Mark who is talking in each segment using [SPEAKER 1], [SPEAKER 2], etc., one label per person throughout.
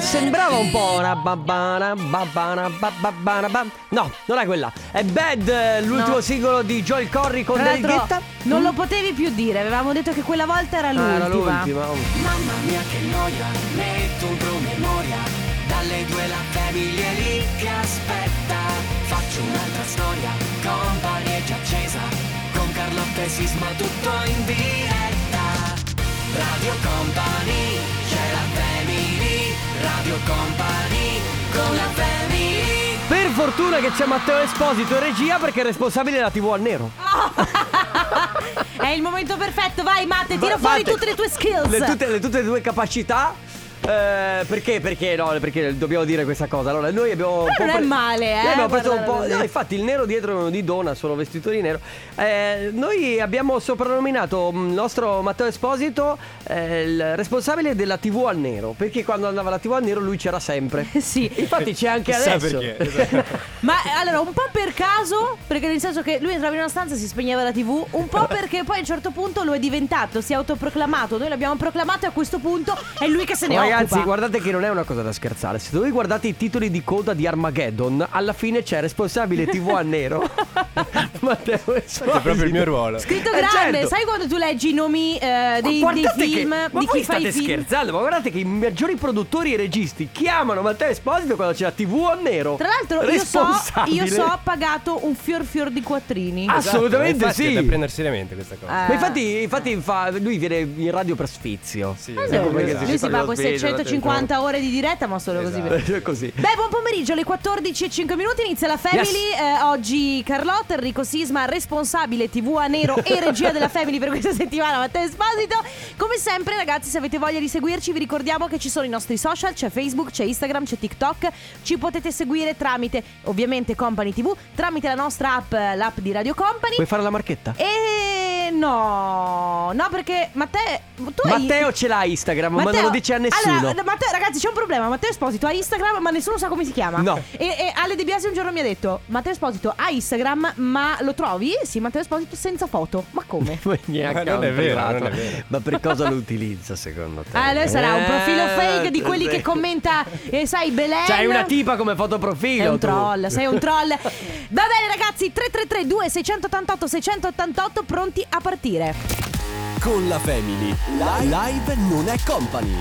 [SPEAKER 1] sembrava un po' una babbana, babbana, babbana, bam- No, non è quella. È Bad, eh, l'ultimo
[SPEAKER 2] No.
[SPEAKER 1] singolo di Joel Corry con
[SPEAKER 2] Tra
[SPEAKER 1] David
[SPEAKER 2] l'altro,
[SPEAKER 1] Guetta.
[SPEAKER 2] non lo potevi più dire, avevamo detto che quella volta era
[SPEAKER 1] Mm? Ah,
[SPEAKER 2] l'ultima.
[SPEAKER 1] era l'ultima. oh.
[SPEAKER 3] Mamma mia che noia, metto un promemoria Dalle due la famiglia è lì che aspetta Faccio un'altra storia, compagnie è già accesa Con Carlotta e Sisma tutto in diretta Radio Company, c'è la family Radio Company, con la family
[SPEAKER 1] Per fortuna che c'è Matteo Esposito in regia perché è responsabile della TV al nero.
[SPEAKER 2] È il momento perfetto, vai Matte, tira
[SPEAKER 1] Va-
[SPEAKER 2] fuori
[SPEAKER 1] Matte,
[SPEAKER 2] tutte le tue skills.
[SPEAKER 1] Le tutte, le, tutte e due capacità. eh, perché? Perché no? Perché dobbiamo dire questa cosa. Allora, noi abbiamo. un po'
[SPEAKER 2] Però non è male, eh,
[SPEAKER 1] Noi abbiamo preso un
[SPEAKER 2] guardare
[SPEAKER 1] po'.
[SPEAKER 2] così.
[SPEAKER 1] No, infatti, il nero dietro è uno di Dona, sono vestito di nero. Eh, noi abbiamo soprannominato mh, il nostro Matteo Esposito eh, il responsabile della TV al nero. Perché quando andava la TV al nero lui c'era sempre.
[SPEAKER 2] Sì,
[SPEAKER 1] Infatti, c'è anche
[SPEAKER 4] Chissà
[SPEAKER 1] adesso.
[SPEAKER 4] perché. esatto.
[SPEAKER 2] ma eh, allora un po' per caso, perché nel senso che lui entrava in una stanza e si spegneva la tv, un po' perché poi a un certo punto lo è diventato, si è autoproclamato, noi l'abbiamo proclamato e a questo punto è lui che se ne
[SPEAKER 1] Ragazzi,
[SPEAKER 2] occupa.
[SPEAKER 1] guardate che non è una cosa da scherzare. Se voi guardate i titoli di coda di Armageddon, alla fine c'è responsabile TV a nero. Matteo Esposito.
[SPEAKER 4] È proprio il mio ruolo.
[SPEAKER 2] Scritto
[SPEAKER 1] Eh,
[SPEAKER 2] grande,
[SPEAKER 1] certo.
[SPEAKER 2] sai quando tu leggi i nomi
[SPEAKER 1] Ma
[SPEAKER 2] eh, dei, dei
[SPEAKER 1] guardate che-
[SPEAKER 2] film,
[SPEAKER 1] ma voi
[SPEAKER 2] di chi fa
[SPEAKER 1] state
[SPEAKER 2] i film?
[SPEAKER 1] scherzando, ma guardate che i maggiori produttori e registi chiamano Matteo Esposito quando c'è la TV a nero.
[SPEAKER 2] Tra l'altro io so,
[SPEAKER 1] Responsabile. Ah,
[SPEAKER 2] io so ho pagato un fior fior di quattrini.
[SPEAKER 1] Assolutamente
[SPEAKER 4] Esatto, Infatti
[SPEAKER 1] sì. Ah.
[SPEAKER 4] È da prendere seriamente questa cosa.
[SPEAKER 2] Eh.
[SPEAKER 1] Ma infatti, infatti fa- lui viene in radio per sfizio.
[SPEAKER 4] Sì,
[SPEAKER 2] Ma
[SPEAKER 4] esatto.
[SPEAKER 2] no,
[SPEAKER 1] Ecco perché
[SPEAKER 2] lui si
[SPEAKER 1] fa
[SPEAKER 2] fa
[SPEAKER 1] lo cioè, diciamo
[SPEAKER 2] queste
[SPEAKER 1] sveglio, la
[SPEAKER 2] 150 ore di diretta, ma solo così.
[SPEAKER 4] Esatto.
[SPEAKER 2] per-
[SPEAKER 1] È così.
[SPEAKER 2] Beh, buon pomeriggio, alle 14 e 5 minuti inizia la Family.
[SPEAKER 1] Yes.
[SPEAKER 2] Eh, oggi Carlotta, Enrico Sisma, responsabile TV a nero e regia della Family per questa settimana, Matteo Esposito. Come sempre, ragazzi, se avete voglia di seguirci, vi ricordiamo che ci sono i nostri social: c'è Facebook, c'è Instagram, c'è TikTok. Ci potete seguire tramite, ovviamente, Company TV, tramite la nostra app, eh, l'app di Radio Company.
[SPEAKER 1] Vuoi fare la marchetta?
[SPEAKER 2] E no, no, perché Matteo, tu hai-
[SPEAKER 1] Matteo ce l'ha Instagram, ma non lo dice a nessuno.
[SPEAKER 2] Allora, no, Matteo, ragazzi, c'è un problema. Matteo Esposito ha Instagram, ma nessuno sa come si chiama.
[SPEAKER 1] No.
[SPEAKER 2] E, e Ale De Biasi un giorno mi ha detto: Matteo Esposito ha Instagram, ma lo trovi? Sì, Matteo Esposito senza foto. Ma come?
[SPEAKER 1] Poi neanche
[SPEAKER 4] Ma non
[SPEAKER 1] a
[SPEAKER 4] è
[SPEAKER 1] un
[SPEAKER 4] vero,
[SPEAKER 1] privato.
[SPEAKER 4] non è vero.
[SPEAKER 1] Ma per cosa lo utilizza secondo te?
[SPEAKER 2] Allora sarà un profilo
[SPEAKER 1] Eh,
[SPEAKER 2] fake di quelli
[SPEAKER 1] sì.
[SPEAKER 2] che commenta, eh, sai, Belen.
[SPEAKER 1] C'hai una tipa come fotoprofilo
[SPEAKER 2] Sei un
[SPEAKER 1] tu.
[SPEAKER 2] troll, sei un troll. Va bene ragazzi, 3332 688 688 pronti a partire.
[SPEAKER 5] Con la Family. Live, live non è company.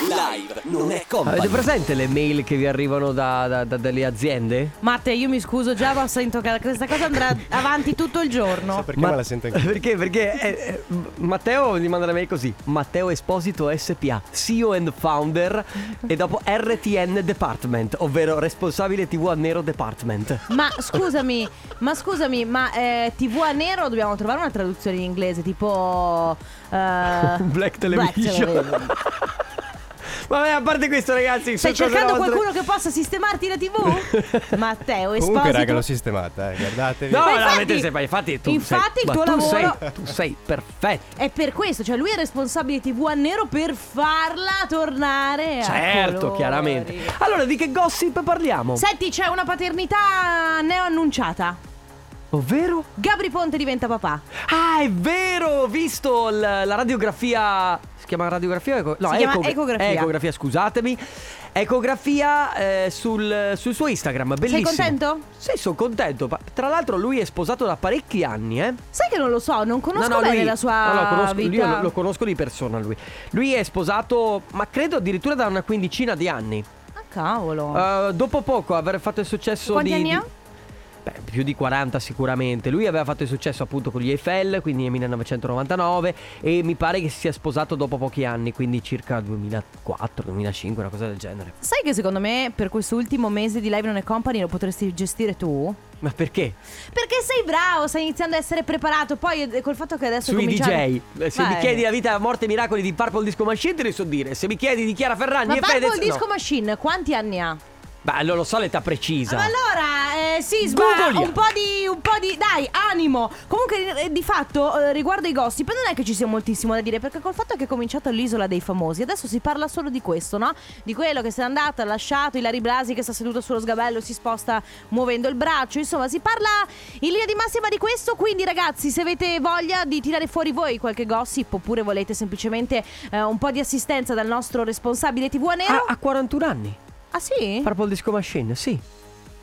[SPEAKER 5] Live non è
[SPEAKER 1] Avete
[SPEAKER 5] company.
[SPEAKER 1] presente le mail che vi arrivano da, da- da- dalle aziende?
[SPEAKER 2] Matte, io mi scuso già, ma sento che questa cosa andrà avanti tutto il giorno.
[SPEAKER 4] Perché me la sento anche
[SPEAKER 1] Perché? Perché eh, eh, Matteo gli manda la mail così: Matteo Esposito SPA, CEO and founder, e dopo RTN Department, ovvero responsabile TV a Nero Department.
[SPEAKER 2] Ma scusami, ma scusami, ma eh, TV a nero dobbiamo trovare una traduzione in inglese, tipo eh,
[SPEAKER 1] Black Television. Cioè,
[SPEAKER 2] Television.
[SPEAKER 1] Vabbè, a parte questo, ragazzi, sono
[SPEAKER 2] Stai
[SPEAKER 1] cose
[SPEAKER 2] cercando
[SPEAKER 1] nostre.
[SPEAKER 2] qualcuno che possa sistemarti la TV? Matteo, Esposito.
[SPEAKER 4] Comunque, raga, l'ho sistemata, eh. Guardatevi.
[SPEAKER 1] No,
[SPEAKER 2] Ma
[SPEAKER 1] no,
[SPEAKER 2] infatti-
[SPEAKER 1] avete sempre- infatti tu
[SPEAKER 2] infatti
[SPEAKER 1] sei,
[SPEAKER 2] il
[SPEAKER 1] ma
[SPEAKER 2] tuo
[SPEAKER 1] tu
[SPEAKER 2] lavoro-
[SPEAKER 1] sei, tu sei perfetto.
[SPEAKER 2] È per questo, cioè lui è responsabile TV a nero per farla tornare a
[SPEAKER 1] Certo,
[SPEAKER 2] colori.
[SPEAKER 1] chiaramente. Allora, di che gossip parliamo?
[SPEAKER 2] Senti, c'è una paternità neoannunciata.
[SPEAKER 1] Ovvero?
[SPEAKER 2] Gabri Ponte diventa papà.
[SPEAKER 1] Ah, è vero, ho visto l- la radiografia. Si chiama radiografia? o eco- No,
[SPEAKER 2] Si chiama
[SPEAKER 1] ecogra-
[SPEAKER 2] ecografia.
[SPEAKER 1] Ecografia, scusatemi. Ecografia eh, sul, sul suo Instagram, bellissimo.
[SPEAKER 2] contento?
[SPEAKER 1] Sì, sono contento. Pa- Tra l'altro, lui è sposato da parecchi anni, eh.
[SPEAKER 2] Sai che non lo so, non conosco
[SPEAKER 1] no, no,
[SPEAKER 2] bene
[SPEAKER 1] lui,
[SPEAKER 2] la sua
[SPEAKER 1] no, no, conosco-
[SPEAKER 2] vita.
[SPEAKER 1] Io lo, lo conosco di persona, lui. Lui è sposato, ma credo addirittura da una quindicina di anni.
[SPEAKER 2] Ah, cavolo.
[SPEAKER 1] Eh, dopo poco aver fatto il successo
[SPEAKER 2] Quanti
[SPEAKER 1] di...
[SPEAKER 2] anni
[SPEAKER 1] di-
[SPEAKER 2] ha?
[SPEAKER 1] Beh, più di 40 sicuramente. Lui aveva fatto il successo appunto con gli Eiffel, quindi nel 1999 e mi pare che si sia sposato dopo pochi anni, quindi circa 2004-2005, una cosa del genere.
[SPEAKER 2] Sai che secondo me per quest'ultimo mese di Live Non è Company lo potresti gestire tu?
[SPEAKER 1] Ma perché?
[SPEAKER 2] Perché sei bravo, stai iniziando a essere preparato. Poi eh, col fatto che adesso
[SPEAKER 1] Sui
[SPEAKER 2] cominciamo...
[SPEAKER 1] DJ. Eh, Se
[SPEAKER 2] Vai.
[SPEAKER 1] mi chiedi la vita, la morte e i miracoli di Purple Disco Machine, te li so dire. Se mi chiedi di Chiara Ferragni
[SPEAKER 2] Ma
[SPEAKER 1] e
[SPEAKER 2] Purple
[SPEAKER 1] Fedez...
[SPEAKER 2] Disco
[SPEAKER 1] no.
[SPEAKER 2] Machine quanti anni ha?
[SPEAKER 1] Beh, non lo so l'età precisa.
[SPEAKER 2] Ma allora, eh, Eh, Sisma,
[SPEAKER 1] Googoliamo.
[SPEAKER 2] un po' di, un po' di, dai, animo. Comunque, eh, di fatto, eh, riguardo ai gossip, non è che ci sia moltissimo da dire, perché col fatto che è cominciato l'isola dei famosi, adesso si parla solo di questo, no? Di quello che se n'è andato, ha lasciato, Ilari Blasi che sta seduto sullo sgabello, si sposta muovendo il braccio, insomma, si parla in linea di massima di questo, quindi ragazzi, se avete voglia di tirare fuori voi qualche gossip, oppure volete semplicemente eh, un po' di assistenza dal nostro responsabile TV
[SPEAKER 1] Ha,
[SPEAKER 2] Nero, ah,
[SPEAKER 1] ha 41 anni.
[SPEAKER 2] sì?
[SPEAKER 1] Purple Disco Machine, sì.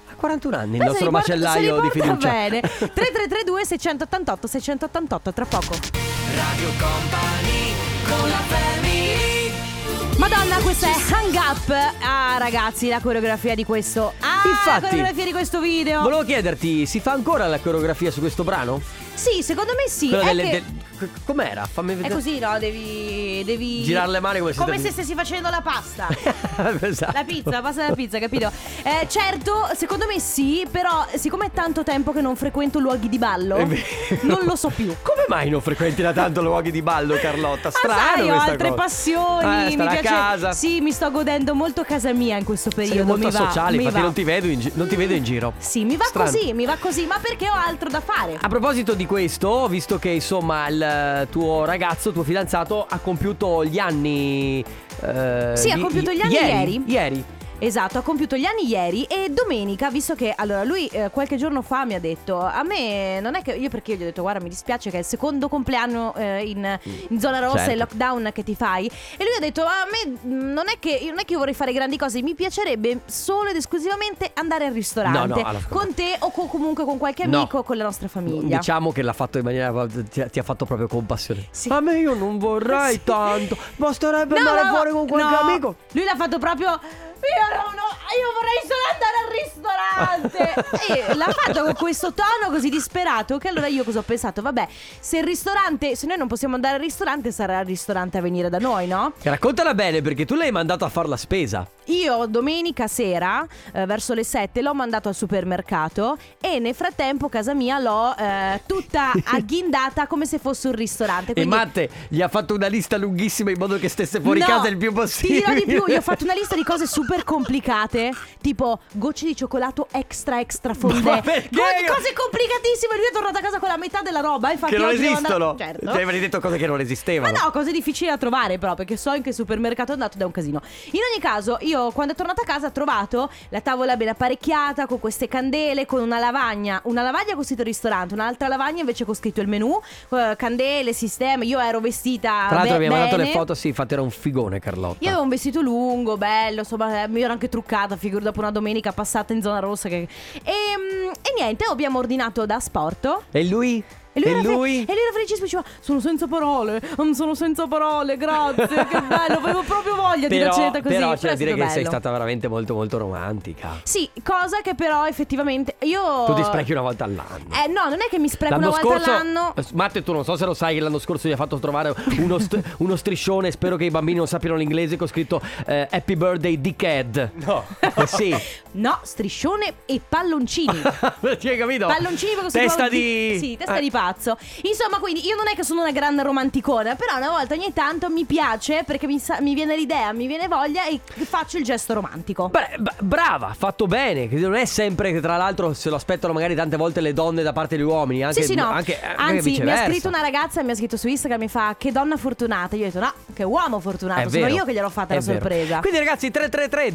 [SPEAKER 1] Ha 41 anni il nostro
[SPEAKER 2] Pensa, li porta-
[SPEAKER 1] macellaio
[SPEAKER 2] se li
[SPEAKER 1] di
[SPEAKER 2] porta
[SPEAKER 1] fiducia.
[SPEAKER 2] bene 3332 688 688 tra poco
[SPEAKER 3] Radio Company con la family
[SPEAKER 2] Madonna questa è Hang Up Ah ragazzi la coreografia di questo Ah
[SPEAKER 1] Infatti.
[SPEAKER 2] la coreografia di questo video
[SPEAKER 1] Volevo chiederti, si fa ancora la coreografia su questo brano?
[SPEAKER 2] Sì secondo me sì
[SPEAKER 1] Quella
[SPEAKER 2] è,
[SPEAKER 1] delle-
[SPEAKER 2] che-
[SPEAKER 1] del- c- Com'era? Fammi
[SPEAKER 2] è
[SPEAKER 1] vedere.
[SPEAKER 2] così no devi, devi
[SPEAKER 1] Girare le mani come se-
[SPEAKER 2] Come se stessi facendo la pasta
[SPEAKER 1] Esatto.
[SPEAKER 2] La pizza, la pasta della pizza, capito? Eh, certo, secondo me sì, però siccome è tanto tempo che non frequento luoghi di ballo,
[SPEAKER 1] È vero.
[SPEAKER 2] non lo so più.
[SPEAKER 1] Come mai non frequenti da tanto luoghi di ballo, Carlotta? Strano
[SPEAKER 2] ah, sai, ho
[SPEAKER 1] questa
[SPEAKER 2] altre
[SPEAKER 1] cosa.
[SPEAKER 2] passioni.
[SPEAKER 1] Eh,
[SPEAKER 2] mi
[SPEAKER 1] stare
[SPEAKER 2] piace.
[SPEAKER 1] a casa.
[SPEAKER 2] Sì, mi sto godendo molto casa mia in questo periodo.
[SPEAKER 1] Sei molto
[SPEAKER 2] mi va,
[SPEAKER 1] sociale,
[SPEAKER 2] mi
[SPEAKER 1] infatti
[SPEAKER 2] va.
[SPEAKER 1] non ti vedo in, gi- non ti vedo in giro.
[SPEAKER 2] Sì, mi va
[SPEAKER 1] Strano.
[SPEAKER 2] così, mi va così, ma perché ho altro da fare?
[SPEAKER 1] A proposito di questo, visto che insomma il eh, tuo ragazzo, tuo fidanzato, ha compiuto gli anni. eh,
[SPEAKER 2] Sì, ha
[SPEAKER 1] di-
[SPEAKER 2] compiuto gli
[SPEAKER 1] i-
[SPEAKER 2] anni ieri.
[SPEAKER 1] Ieri. ieri.
[SPEAKER 2] Esatto, ha compiuto gli anni ieri e domenica, visto che allora lui eh, qualche giorno fa mi ha detto, a me non è che io perché io gli ho detto guarda mi dispiace che è il secondo compleanno eh, in, in zona rossa
[SPEAKER 1] Certo.
[SPEAKER 2] e lockdown che ti fai e lui ha detto a me mh, non è, che, non è che io vorrei fare grandi cose, mi piacerebbe solo ed esclusivamente andare al ristorante
[SPEAKER 1] No, no, alla-
[SPEAKER 2] con te o co- comunque con qualche
[SPEAKER 1] No.
[SPEAKER 2] amico o con la nostra famiglia.
[SPEAKER 1] Diciamo che l'ha fatto in maniera. ti ha, ti ha fatto proprio compassione.
[SPEAKER 2] Sì.
[SPEAKER 1] A me io non vorrei
[SPEAKER 2] Sì.
[SPEAKER 1] tanto. Basterebbe
[SPEAKER 2] No,
[SPEAKER 1] andare
[SPEAKER 2] no,
[SPEAKER 1] fuori con qualche
[SPEAKER 2] no.
[SPEAKER 1] amico.
[SPEAKER 2] Lui l'ha fatto proprio. Io, non ho- io vorrei solo andare al ristorante. e l'ha fatto con questo tono così disperato. Che allora io cosa ho pensato? Vabbè, se il ristorante. Se noi non possiamo andare al ristorante, sarà il ristorante a venire da noi, no?
[SPEAKER 1] E Raccontala bene perché tu l'hai mandato a fare la spesa.
[SPEAKER 2] Io domenica sera, eh, verso le 7, l'ho mandato al supermercato e nel frattempo casa mia l'ho eh, tutta agghindata come se fosse un ristorante.
[SPEAKER 1] E
[SPEAKER 2] Quindi-
[SPEAKER 1] Matte gli ha fatto una lista lunghissima in modo che stesse fuori
[SPEAKER 2] No,
[SPEAKER 1] casa il più possibile.
[SPEAKER 2] Ti dirò di più, io ho fatto una lista di cose super complicate, tipo gocce di cioccolato extra extra fondè.
[SPEAKER 1] Ma perché io-
[SPEAKER 2] cose complicatissime, lui è tornato a casa con la metà della roba, infatti
[SPEAKER 1] Che non
[SPEAKER 2] oggi devo
[SPEAKER 1] esistono. Cioè,
[SPEAKER 2] andare- Certo.
[SPEAKER 1] Ti avrei detto cose che non esistevano.
[SPEAKER 2] Ma no, cose difficili da trovare però, perché so in che supermercato è andato ed è un casino. In ogni caso, io quando è tornata a casa ho trovato la tavola ben apparecchiata, con queste candele, con una lavagna. Una lavagna con scritto ristorante, un'altra lavagna invece con scritto il menù, eh, candele, sistema. Io ero vestita...
[SPEAKER 1] Tra l'altro
[SPEAKER 2] be-
[SPEAKER 1] abbiamo mandato le
[SPEAKER 2] Ah, bene.
[SPEAKER 1] foto, sì, infatti era un figone Carlotta.
[SPEAKER 2] Io avevo un vestito lungo, bello, insomma, eh, mi ero anche truccata, figura dopo una domenica passata in zona rossa. Che... E, mm, e niente, abbiamo ordinato da Sporto.
[SPEAKER 1] E lui?
[SPEAKER 2] E lui, era fe-
[SPEAKER 1] lui?
[SPEAKER 2] e lui era felicissimo, diceva sono senza parole, mm, sono senza parole, grazie, che bello, Ah, avevo proprio voglia di una
[SPEAKER 1] Però-
[SPEAKER 2] cena così.
[SPEAKER 1] Però c'è
[SPEAKER 2] è
[SPEAKER 1] da
[SPEAKER 2] stato
[SPEAKER 1] dire che sei
[SPEAKER 2] bello.
[SPEAKER 1] stata veramente molto molto romantica.
[SPEAKER 2] Sì, cosa che però effettivamente io...
[SPEAKER 1] Tu ti sprechi una volta all'anno.
[SPEAKER 2] Oh. Eh no, non è che mi spreco
[SPEAKER 1] L'anno
[SPEAKER 2] una volta
[SPEAKER 1] scorso, Eh,
[SPEAKER 2] all'anno.
[SPEAKER 1] Matte, tu non so se lo sai che l'anno scorso gli ha fatto trovare uno, st- uno striscione, spero che i bambini non sappiano l'inglese, che ho scritto eh, Happy Birthday Dickhead.
[SPEAKER 4] No.
[SPEAKER 1] Eh, sì.
[SPEAKER 2] No, striscione e palloncini.
[SPEAKER 1] Ti hai capito?
[SPEAKER 2] Palloncini perché si
[SPEAKER 1] Esatto. Testa
[SPEAKER 2] chiamano
[SPEAKER 1] di...
[SPEAKER 2] Sì, testa
[SPEAKER 1] Eh,
[SPEAKER 2] di pazzo. Insomma, quindi io non è che sono una grande romanticona, però una volta ogni tanto mi piace perché mi, sa- mi viene l'idea, mi viene voglia e faccio il gesto romantico.
[SPEAKER 1] Bra- b- brava, fatto bene. Che non è sempre che, tra l'altro, se lo aspettano magari tante volte le donne da parte degli uomini. Anche,
[SPEAKER 2] sì, sì, no.
[SPEAKER 1] anche- anche
[SPEAKER 2] Anzi, mi ha
[SPEAKER 1] viceversa.
[SPEAKER 2] scritto una ragazza mi ha scritto su Instagram mi fa che donna fortunata. Io ho detto no, che uomo fortunato.
[SPEAKER 1] È
[SPEAKER 2] sono
[SPEAKER 1] vero,
[SPEAKER 2] io che gliel'ho fatta
[SPEAKER 1] è
[SPEAKER 2] la
[SPEAKER 1] vero.
[SPEAKER 2] sorpresa.
[SPEAKER 1] Quindi, ragazzi, 333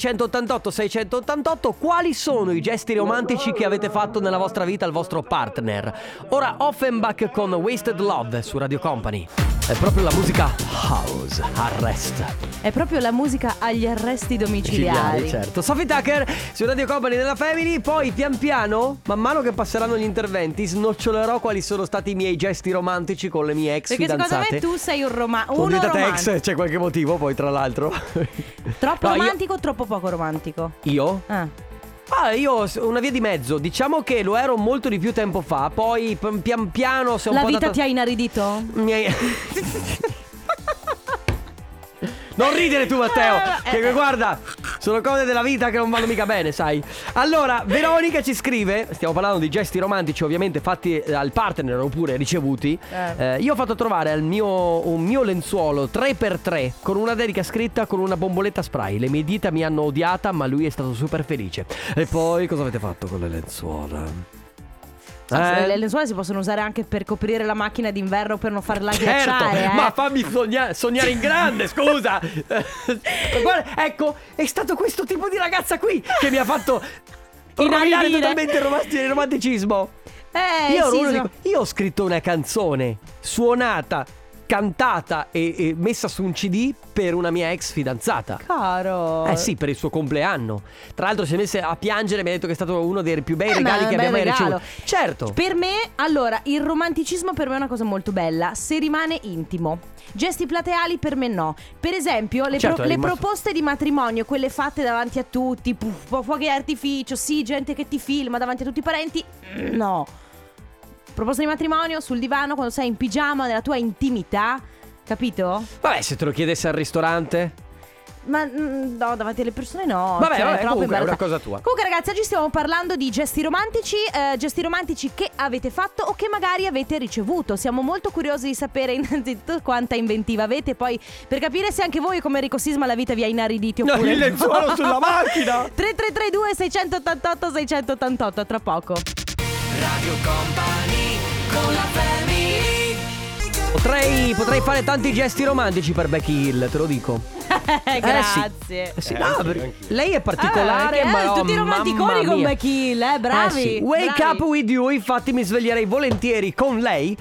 [SPEAKER 1] 2688 688 quali sono i gesti romantici che avete fatto nella vostra vita al vostro partner? Ora Offenbach con Wasted Love su Radio Company. È proprio la musica house, arrest.
[SPEAKER 2] È proprio la musica agli arresti domiciliari.
[SPEAKER 1] Ciliari, certo. Sophie Tucker su Radio Company della Family. Poi, pian piano, man mano che passeranno gli interventi, snocciolerò quali sono stati i miei gesti romantici con le mie ex
[SPEAKER 2] Perché
[SPEAKER 1] fidanzate.
[SPEAKER 2] secondo me tu sei un roma-
[SPEAKER 1] Sono
[SPEAKER 2] uno
[SPEAKER 1] diventate
[SPEAKER 2] romantico.
[SPEAKER 1] ex, c'è qualche motivo poi, tra l'altro.
[SPEAKER 2] Troppo
[SPEAKER 1] No, io-
[SPEAKER 2] romantico, troppo poco romantico.
[SPEAKER 1] Io?
[SPEAKER 2] Ah.
[SPEAKER 1] Ah, io s- una via di mezzo. Diciamo che lo ero molto di più tempo fa. Poi p- pian piano sono
[SPEAKER 2] La
[SPEAKER 1] un po'
[SPEAKER 2] vita
[SPEAKER 1] andato-
[SPEAKER 2] ti ha inaridito?
[SPEAKER 1] Mi hai- Non ridere tu, Matteo.
[SPEAKER 2] Eh,
[SPEAKER 1] che
[SPEAKER 2] eh.
[SPEAKER 1] guarda, Sono cose della vita che non vanno mica bene, sai. Allora, Veronica ci scrive, stiamo parlando di gesti romantici ovviamente fatti eh, al partner oppure ricevuti.
[SPEAKER 2] Eh.
[SPEAKER 1] Eh, io ho fatto trovare al mio, un mio lenzuolo 3x3 con una dedica scritta con una bomboletta spray. Le mie dita mi hanno odiata, ma lui è stato super felice. E poi cosa avete fatto con le lenzuola?
[SPEAKER 2] Ah,
[SPEAKER 1] Eh?
[SPEAKER 2] Le lenzuola si possono usare anche per coprire la macchina d'inverno per non farla
[SPEAKER 1] Certo,
[SPEAKER 2] ghiacciare. eh.
[SPEAKER 1] ma fammi sogna- sognare in grande, scusa. Eh, guarda, ecco, è stato questo tipo di ragazza qui che mi ha fatto rovinare
[SPEAKER 2] Inaridire.
[SPEAKER 1] totalmente il, romast- il romanticismo.
[SPEAKER 2] Eh,
[SPEAKER 1] io, ero
[SPEAKER 2] Sisma.
[SPEAKER 1] uno di- io ho scritto una canzone suonata, cantata e, e messa su un CD per una mia ex fidanzata.
[SPEAKER 2] Caro.
[SPEAKER 1] Eh sì, per il suo compleanno. Tra l'altro si è messa a piangere e mi ha detto che è stato uno dei più bei
[SPEAKER 2] Eh, ma
[SPEAKER 1] regali
[SPEAKER 2] è
[SPEAKER 1] che
[SPEAKER 2] un
[SPEAKER 1] abbia
[SPEAKER 2] bel
[SPEAKER 1] mai
[SPEAKER 2] regalo.
[SPEAKER 1] ricevuto. Certo.
[SPEAKER 2] Per me, allora, il romanticismo per me è una cosa molto bella, se rimane intimo. Gesti plateali per me no. Per esempio, le,
[SPEAKER 1] Certo,
[SPEAKER 2] pro-
[SPEAKER 1] è
[SPEAKER 2] le
[SPEAKER 1] rimasto-
[SPEAKER 2] proposte di matrimonio, quelle fatte davanti a tutti, pu- fu- fuochi d'artificio, sì, gente che ti filma davanti a tutti i parenti, no. Proposte di matrimonio sul divano quando sei in pigiama, nella tua intimità, capito?
[SPEAKER 1] Vabbè, se te lo chiedesse al ristorante.
[SPEAKER 2] Ma mm, no, davanti alle persone no.
[SPEAKER 1] Vabbè,
[SPEAKER 2] cioè,
[SPEAKER 1] vabbè,
[SPEAKER 2] troppo
[SPEAKER 1] comunque, è una
[SPEAKER 2] imbarazzante.
[SPEAKER 1] cosa tua.
[SPEAKER 2] Comunque, ragazzi, oggi stiamo parlando di gesti romantici, eh, gesti romantici che avete fatto o che magari avete ricevuto. Siamo molto curiosi di sapere innanzitutto quanta inventiva avete, poi per capire se anche voi come Enrico Sisma la vita vi ha inariditi
[SPEAKER 1] No,
[SPEAKER 2] oppure
[SPEAKER 1] il lenzuolo
[SPEAKER 2] no.
[SPEAKER 1] sulla macchina!
[SPEAKER 2] 3332 688 688 tra poco.
[SPEAKER 3] Radio Company con la family
[SPEAKER 1] Potrei, potrei fare tanti gesti romantici per Becky Hill, te lo dico. Eh,
[SPEAKER 2] Grazie.
[SPEAKER 1] sì. Eh, sì,
[SPEAKER 4] Eh,
[SPEAKER 1] no,
[SPEAKER 4] anch'io,
[SPEAKER 1] perché
[SPEAKER 4] anch'io.
[SPEAKER 1] lei è particolare,
[SPEAKER 2] Ah, che-
[SPEAKER 1] ma
[SPEAKER 2] eh,
[SPEAKER 1] oh,
[SPEAKER 2] tutti i romanticoni
[SPEAKER 1] mamma
[SPEAKER 2] con
[SPEAKER 1] mia.
[SPEAKER 2] Becky Hill, eh, bravi,
[SPEAKER 1] Eh sì. Wake
[SPEAKER 2] bravi.
[SPEAKER 1] up with you, infatti mi sveglierei volentieri con lei.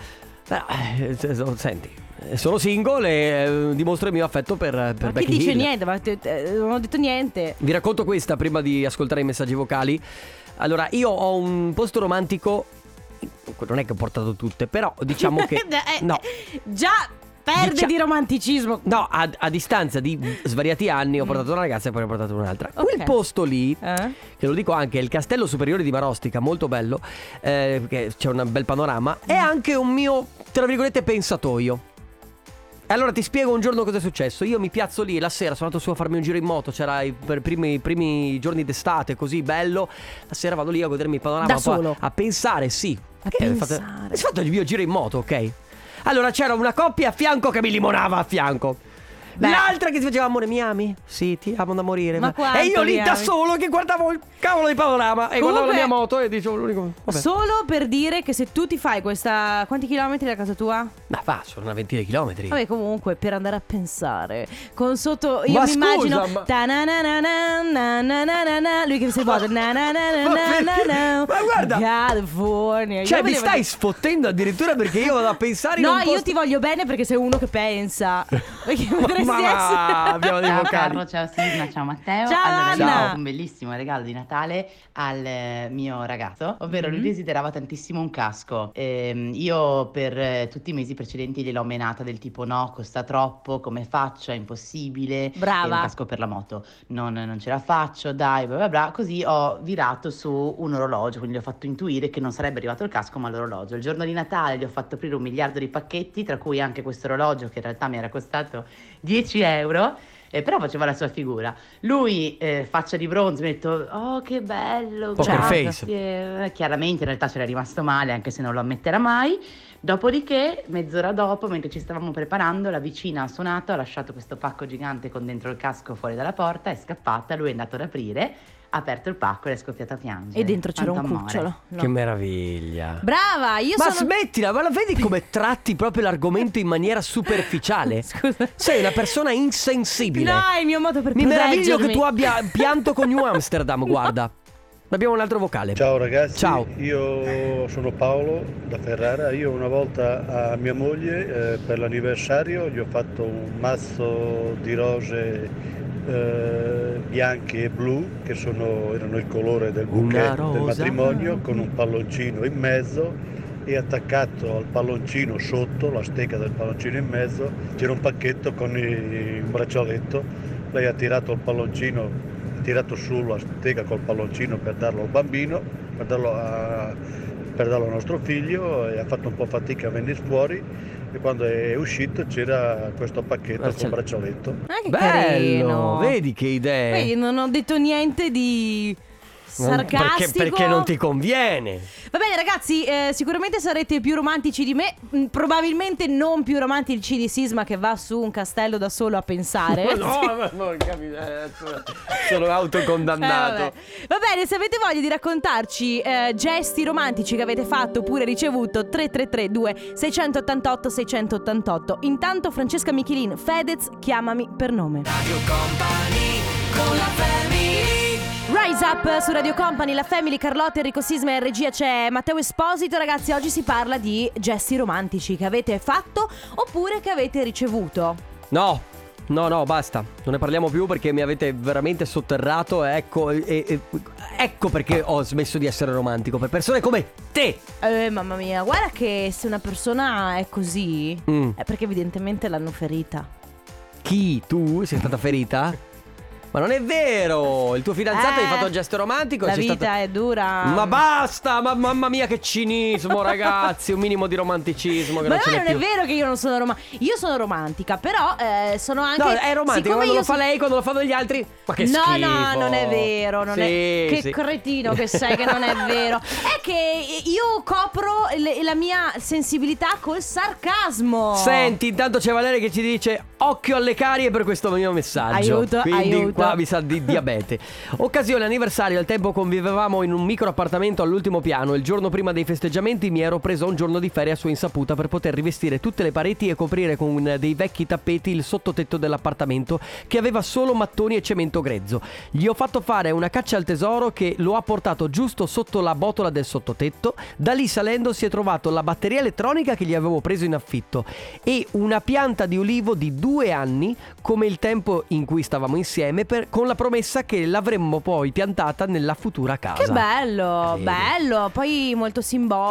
[SPEAKER 1] Però, eh, se- senti, eh, sono single e eh, dimostro il mio affetto per, per
[SPEAKER 2] Ma chi
[SPEAKER 1] Becky
[SPEAKER 2] dice
[SPEAKER 1] Hill.
[SPEAKER 2] niente? Ma te- te- non ho detto niente.
[SPEAKER 1] Vi racconto questa prima di ascoltare i messaggi vocali. Allora, io ho un posto romantico. Non è che ho portato tutte, però diciamo che.
[SPEAKER 2] Eh,
[SPEAKER 1] no.
[SPEAKER 2] Già perde
[SPEAKER 1] Dicia-
[SPEAKER 2] di romanticismo.
[SPEAKER 1] No, a, a distanza di svariati anni ho portato una ragazza e poi ne ho portato un'altra.
[SPEAKER 2] Ok.
[SPEAKER 1] Quel posto lì,
[SPEAKER 2] Eh?
[SPEAKER 1] che lo dico anche, è il castello superiore di Marostica, molto bello, eh, perché c'è un bel panorama, è
[SPEAKER 2] Mm.
[SPEAKER 1] anche un mio, tra virgolette, pensatoio. E Allora ti spiego un giorno cosa è successo. Io mi piazzo lì la sera, sono andato su a farmi un giro in moto, c'era i per- primi, i primi giorni d'estate, così bello. La sera vado lì a godermi il panorama.
[SPEAKER 2] Da
[SPEAKER 1] un po' a-
[SPEAKER 2] solo?
[SPEAKER 1] A, pensare, sì.
[SPEAKER 2] A
[SPEAKER 1] Perché ho Fatto,
[SPEAKER 2] pensare.
[SPEAKER 1] ho fatto il mio giro in moto, ok? Allora c'era una coppia a fianco che mi limonava a fianco.
[SPEAKER 2] Beh.
[SPEAKER 1] L'altra che si faceva amore, mi ami? Sì, ti amo da morire.
[SPEAKER 2] Ma
[SPEAKER 1] e io
[SPEAKER 2] quanto
[SPEAKER 1] lì
[SPEAKER 2] mi
[SPEAKER 1] da
[SPEAKER 2] ami?
[SPEAKER 1] solo che guardavo il cavolo di panorama e guardavo la
[SPEAKER 2] Comunque-
[SPEAKER 1] mia moto e dicevo l'unico. Vabbè.
[SPEAKER 2] Solo per dire che se tu ti fai questa. Quanti chilometri da casa tua?
[SPEAKER 1] Ma va, sono una ventina di chilometri.
[SPEAKER 2] Vabbè, comunque, per andare a pensare. Con sotto. Io
[SPEAKER 1] Ma
[SPEAKER 2] mi
[SPEAKER 1] scusa,
[SPEAKER 2] immagino.
[SPEAKER 1] ma-
[SPEAKER 2] Ta-na-na-na-na, na-na-na-na, lui che si vuota.
[SPEAKER 1] Ma guarda-
[SPEAKER 2] California. Io
[SPEAKER 1] Cioè, mi
[SPEAKER 2] volevo-
[SPEAKER 1] stai sfottendo addirittura perché io vado a pensare in
[SPEAKER 2] No,
[SPEAKER 1] un posto...
[SPEAKER 2] io ti voglio bene perché sei uno che pensa. Perché potresti
[SPEAKER 1] Ma va,
[SPEAKER 2] essere.
[SPEAKER 1] abbiamo dei
[SPEAKER 6] Ciao
[SPEAKER 1] vocali.
[SPEAKER 6] Carlo, ciao Sisma, ciao Matteo.
[SPEAKER 2] Ciao,
[SPEAKER 6] allora, io
[SPEAKER 2] Anna.
[SPEAKER 6] ho un bellissimo regalo di Natale al eh, mio ragazzo, ovvero
[SPEAKER 1] Mm-hmm.
[SPEAKER 6] lui
[SPEAKER 2] Mhm.
[SPEAKER 6] desiderava tantissimo un casco. Ehm, io per eh, tutti i mesi precedenti gliel'ho menata del tipo no, costa troppo, come faccio, è impossibile. E un
[SPEAKER 2] Brava.
[SPEAKER 6] casco per la moto, non, non ce la faccio, dai, bla bla bla. Così ho virato su un orologio, quindi gli ho fatto intuire che non sarebbe arrivato il casco ma l'orologio. Il giorno di Natale gli ho fatto aprire un miliardo di pacchetti, tra cui anche questo orologio che in realtà mi era costato 10 euro. eh, però faceva la sua figura. Lui, eh, faccia di bronzo, mi ha detto: Oh, che bello!
[SPEAKER 1] Poker
[SPEAKER 6] grazie."
[SPEAKER 1] face.
[SPEAKER 6] Eh, Chiaramente, in realtà c'era rimasto male, anche se non lo ammetterà mai. Dopodiché, mezz'ora dopo, mentre ci stavamo preparando, la vicina ha suonato, ha lasciato questo pacco gigante con dentro il casco fuori dalla porta, è scappata, lui è andato ad aprire, ha aperto il pacco e è scoppiata a piangere.
[SPEAKER 2] E dentro c'era un
[SPEAKER 6] Quanto amore.
[SPEAKER 2] cucciolo. No.
[SPEAKER 1] Che meraviglia.
[SPEAKER 2] Brava, io
[SPEAKER 1] ma
[SPEAKER 2] sono.
[SPEAKER 1] smettila, ma la vedi come tratti proprio l'argomento in maniera superficiale?
[SPEAKER 2] Scusa.
[SPEAKER 1] Sei una persona insensibile.
[SPEAKER 2] No, è il mio modo per
[SPEAKER 1] Mi meraviglio
[SPEAKER 2] proteggermi.
[SPEAKER 1] che tu abbia pianto con New Amsterdam, guarda. Abbiamo un altro vocale.
[SPEAKER 7] Ciao ragazzi,
[SPEAKER 1] Ciao.
[SPEAKER 7] io sono Paolo da Ferrara, io una volta a mia moglie eh, per l'anniversario gli ho fatto un mazzo di rose eh, bianche e blu che sono- erano il colore del
[SPEAKER 1] Una
[SPEAKER 7] bouquet
[SPEAKER 1] rosa. Ah,
[SPEAKER 7] del matrimonio con un palloncino in mezzo e attaccato al palloncino sotto, la stecca del palloncino in mezzo, c'era un pacchetto con i- un bracioletto, lei ha tirato il palloncino ha tirato su la stega col palloncino per darlo al bambino, per darlo, a- per darlo al nostro figlio e ha fatto un po' fatica a venire fuori e quando è uscito c'era questo pacchetto
[SPEAKER 1] Braccialetto.
[SPEAKER 7] con braccialetto.
[SPEAKER 2] Ah, che
[SPEAKER 1] Bello,
[SPEAKER 2] carino.
[SPEAKER 1] vedi che idee.
[SPEAKER 2] Vedi, non ho detto niente di
[SPEAKER 1] Non-
[SPEAKER 2] sarcastico.
[SPEAKER 1] Perché, perché non ti conviene.
[SPEAKER 2] Va bene ragazzi, eh, sicuramente sarete più romantici di me, mm, probabilmente non più romantici di Sisma che va su un castello da solo a pensare.
[SPEAKER 1] Ma no, ma non capi- eh, sono- sono autocondannato.
[SPEAKER 2] Eh, vabbè. Va bene, se avete voglia di raccontarci eh, gesti romantici che avete fatto oppure ricevuto 3332 688 688. Intanto Francesca Michilin, Fedez, chiamami per nome. Rise up su Radio Company, la Family, Carlotta, Enrico Sisma e in regia c'è Matteo Esposito. Ragazzi, oggi si parla di gesti romantici che avete fatto oppure che avete ricevuto.
[SPEAKER 1] No, no, no, basta. Non ne parliamo più perché mi avete veramente sotterrato. Ecco, e- e- ecco perché ho smesso di essere romantico. Per persone come te.
[SPEAKER 2] Eh, mamma mia, guarda che se una persona è così,
[SPEAKER 1] Mm.
[SPEAKER 2] è Eh, perché evidentemente l'hanno ferita.
[SPEAKER 1] Chi? Tu? Sei stata ferita? Ma non è vero! Il tuo fidanzato
[SPEAKER 2] Eh,
[SPEAKER 1] hai fatto un gesto romantico. e
[SPEAKER 2] La
[SPEAKER 1] sei
[SPEAKER 2] vita
[SPEAKER 1] stata-
[SPEAKER 2] è dura.
[SPEAKER 1] Ma basta! Ma, mamma mia, che cinismo, ragazzi! Un minimo di romanticismo. Che
[SPEAKER 2] Ma
[SPEAKER 1] non ce
[SPEAKER 2] no,
[SPEAKER 1] n'è
[SPEAKER 2] non è
[SPEAKER 1] più.
[SPEAKER 2] vero che io non sono romantica. Io sono romantica, però eh, sono anche.
[SPEAKER 1] No, è romantico
[SPEAKER 2] siccome
[SPEAKER 1] quando lo
[SPEAKER 2] io
[SPEAKER 1] fa
[SPEAKER 2] so-
[SPEAKER 1] lei, quando lo fanno gli altri. Ma che
[SPEAKER 2] no,
[SPEAKER 1] schifo.
[SPEAKER 2] no, non è vero. Non
[SPEAKER 1] Sì,
[SPEAKER 2] è... Che
[SPEAKER 1] sì.
[SPEAKER 2] cretino che sei, che non è vero. È che io copro le- la mia sensibilità col sarcasmo.
[SPEAKER 1] Senti, intanto c'è Valeria che ci dice occhio alle carie per questo mio messaggio.
[SPEAKER 2] Aiuto,
[SPEAKER 1] Quindi
[SPEAKER 2] aiuto.
[SPEAKER 1] qua mi sa di diabete. Occasione anniversario, al tempo convivevamo in un micro appartamento all'ultimo piano. Il giorno prima dei festeggiamenti mi ero preso un giorno di ferie a sua insaputa per poter rivestire tutte le pareti e coprire con eh, dei vecchi tappeti il sottotetto dell'appartamento che aveva solo mattoni e cemento grezzo. Gli ho fatto fare una caccia al tesoro che lo ha portato giusto sotto la botola del sottotetto. Da lì salendo si è trovato la batteria elettronica che gli avevo preso in affitto e una pianta di ulivo di due anni come il tempo in cui stavamo insieme per- con la promessa che l'avremmo poi piantata nella futura casa.
[SPEAKER 2] Che bello,
[SPEAKER 1] Vedi.
[SPEAKER 2] bello. Poi molto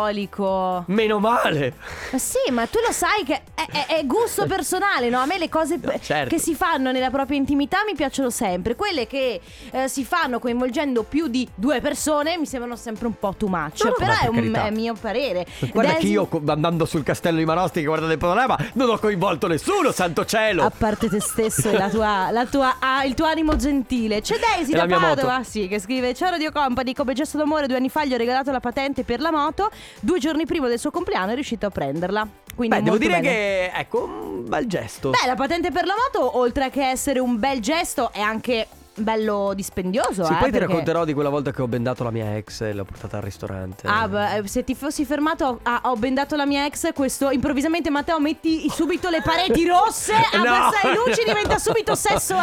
[SPEAKER 2] simbolico.
[SPEAKER 1] Meno male!
[SPEAKER 2] Ma sì, ma tu lo sai che è, è- è gusto personale, no? A me le cose
[SPEAKER 1] No, certo.
[SPEAKER 2] che si fanno nella propria intimità mi piacciono sempre. Quelle che eh, si fanno coinvolgendo più di due persone mi sembrano sempre un po' too much.
[SPEAKER 1] No, no,
[SPEAKER 2] Però
[SPEAKER 1] no,
[SPEAKER 2] è
[SPEAKER 1] per
[SPEAKER 2] un
[SPEAKER 1] carità.
[SPEAKER 2] è mio parere.
[SPEAKER 1] Guarda
[SPEAKER 2] Desi-
[SPEAKER 1] che io co- andando sul castello di Marosti che guarda il panorama non ho coinvolto nessuno, santo cielo!
[SPEAKER 2] A parte te stesso e la tua, la tua- ah, il tuo animo gentile. C'è Daisy
[SPEAKER 1] E
[SPEAKER 2] da
[SPEAKER 1] la mia
[SPEAKER 2] Padova,
[SPEAKER 1] moto.
[SPEAKER 2] sì, che scrive: Ciao Radio Company, come gesto d'amore, due anni fa gli ho regalato la patente per la moto. Due giorni prima del suo compleanno è riuscito a prenderla. Quindi
[SPEAKER 1] Beh, devo
[SPEAKER 2] molto
[SPEAKER 1] dire
[SPEAKER 2] bene.
[SPEAKER 1] che ecco, un bel gesto.
[SPEAKER 2] Beh, la patente per la moto, oltre che essere un bel gesto, è anche bello dispendioso.
[SPEAKER 1] Sì,
[SPEAKER 2] eh,
[SPEAKER 1] poi ti
[SPEAKER 2] perché-
[SPEAKER 1] racconterò di quella volta che ho bendato la mia ex e l'ho portata al ristorante.
[SPEAKER 2] Ah, beh, se ti fossi fermato, ah, ho bendato la mia ex. Questo improvvisamente, Matteo, metti subito le pareti rosse, cioè, abbassa le luci, diventa subito sesso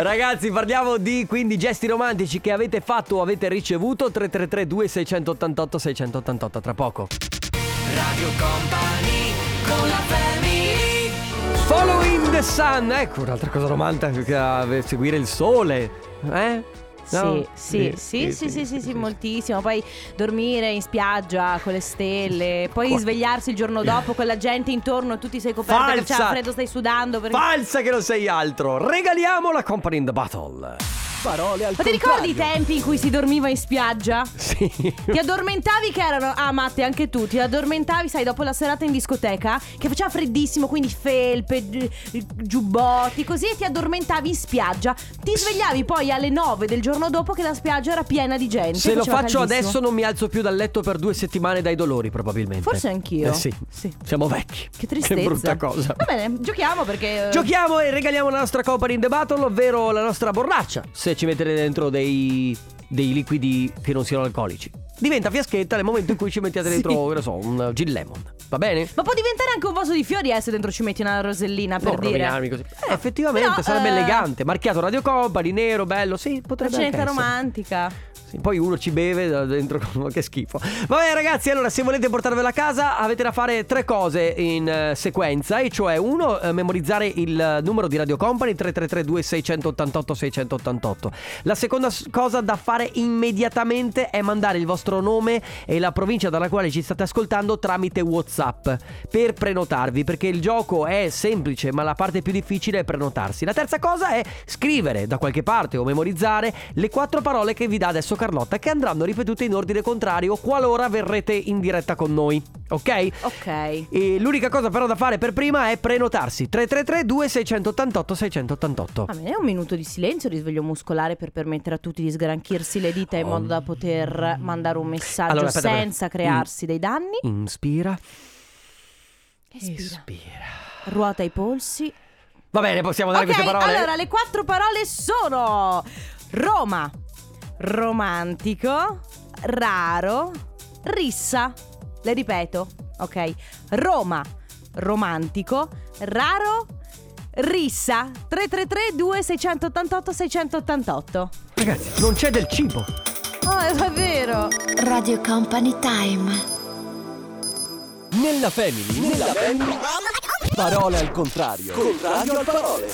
[SPEAKER 1] Ragazzi, parliamo di quindi gesti romantici che avete fatto o avete ricevuto 333 2688 688 tra poco. Following the sun, ecco un'altra cosa romantica, eh, seguire il sole, eh? No?
[SPEAKER 2] Sì, sì, sì, sì, sì, sì, sì, moltissimo. Poi dormire in spiaggia con le stelle, poi
[SPEAKER 1] Qua-
[SPEAKER 2] svegliarsi il giorno dopo con la gente intorno, tu ti sei coperto che c'è
[SPEAKER 1] Falsa.
[SPEAKER 2] freddo, stai sudando. Perché...
[SPEAKER 1] Falsa che non sei altro. Regaliamo la company in the battle.
[SPEAKER 5] Parole al
[SPEAKER 2] Ma ti ricordi i
[SPEAKER 5] contrario.
[SPEAKER 2] tempi in cui si dormiva in spiaggia?
[SPEAKER 1] Sì.
[SPEAKER 2] Ti addormentavi che erano Ah Matte anche tu Ti addormentavi sai dopo la serata in discoteca Che faceva freddissimo Quindi felpe gi- Giubbotti Così e ti addormentavi in spiaggia Ti svegliavi poi alle 9 del giorno dopo Che la spiaggia era piena di gente
[SPEAKER 1] Se lo
[SPEAKER 2] faceva
[SPEAKER 1] faccio
[SPEAKER 2] caldissimo.
[SPEAKER 1] adesso non mi alzo più dal letto per due settimane dai dolori probabilmente.
[SPEAKER 2] Forse anch'io
[SPEAKER 1] Eh sì.
[SPEAKER 2] Sì.
[SPEAKER 1] Siamo vecchi.
[SPEAKER 2] Che tristezza
[SPEAKER 1] Che brutta cosa.
[SPEAKER 2] Va bene giochiamo perché eh,
[SPEAKER 1] Giochiamo e regaliamo la nostra company in the battle, ovvero la nostra borraccia. Se ci mettete dentro dei, dei liquidi che non siano alcolici. Diventa fiaschetta nel momento in cui ci mettiate dentro, che ne so, un gin lemon. Va bene?
[SPEAKER 2] Ma può diventare anche un vaso di fiori eh, Se dentro ci metti una rosellina per
[SPEAKER 1] non
[SPEAKER 2] dire
[SPEAKER 1] rovinarmi così. Eh, effettivamente
[SPEAKER 2] Però,
[SPEAKER 1] sarebbe
[SPEAKER 2] eh,
[SPEAKER 1] elegante. Marchiato Radio Company, nero, bello. Sì,
[SPEAKER 2] Una
[SPEAKER 1] potrebbe anche
[SPEAKER 2] cenetta
[SPEAKER 1] essere.
[SPEAKER 2] romantica
[SPEAKER 1] Sì, poi uno ci beve da dentro, ma che schifo. Vabbè ragazzi, allora se volete portarvela a casa avete da fare tre cose in eh, sequenza, e cioè uno, eh, memorizzare il eh, numero di Radio Company 3332 688 688. La seconda s- cosa da fare immediatamente è mandare il vostro nome e la provincia dalla quale ci state ascoltando tramite Whatsapp per prenotarvi, perché il gioco è semplice, ma la parte più difficile è prenotarsi. La terza cosa è scrivere da qualche parte o memorizzare le quattro parole che vi dà adesso Carlotta, che andranno ripetute in ordine contrario qualora verrete in diretta con noi. ok?
[SPEAKER 2] Ok.
[SPEAKER 1] E l'unica cosa però da fare per prima è prenotarsi 333 2688 688
[SPEAKER 2] Va bene, un minuto di silenzio, risveglio muscolare per permettere a tutti di sgranchirsi le dita in
[SPEAKER 1] Oh.
[SPEAKER 2] modo da poter mandare un messaggio
[SPEAKER 1] Allora, aspetta, Mm. aspetta.
[SPEAKER 2] senza crearsi dei danni.
[SPEAKER 1] Inspira
[SPEAKER 2] Espira.
[SPEAKER 1] Espira
[SPEAKER 2] Ruota i polsi.
[SPEAKER 1] Va bene possiamo dare
[SPEAKER 2] Ok,
[SPEAKER 1] queste parole
[SPEAKER 2] allora le quattro parole sono Roma, romantico, raro, rissa. Le ripeto, ok? Roma, romantico, raro, rissa. 333 2688 688.
[SPEAKER 1] Ragazzi non c'è del cibo
[SPEAKER 2] Oh, è davvero.
[SPEAKER 8] Radio Company Time.
[SPEAKER 5] Nella family, nella family. Parole al contrario. Contrario al parole.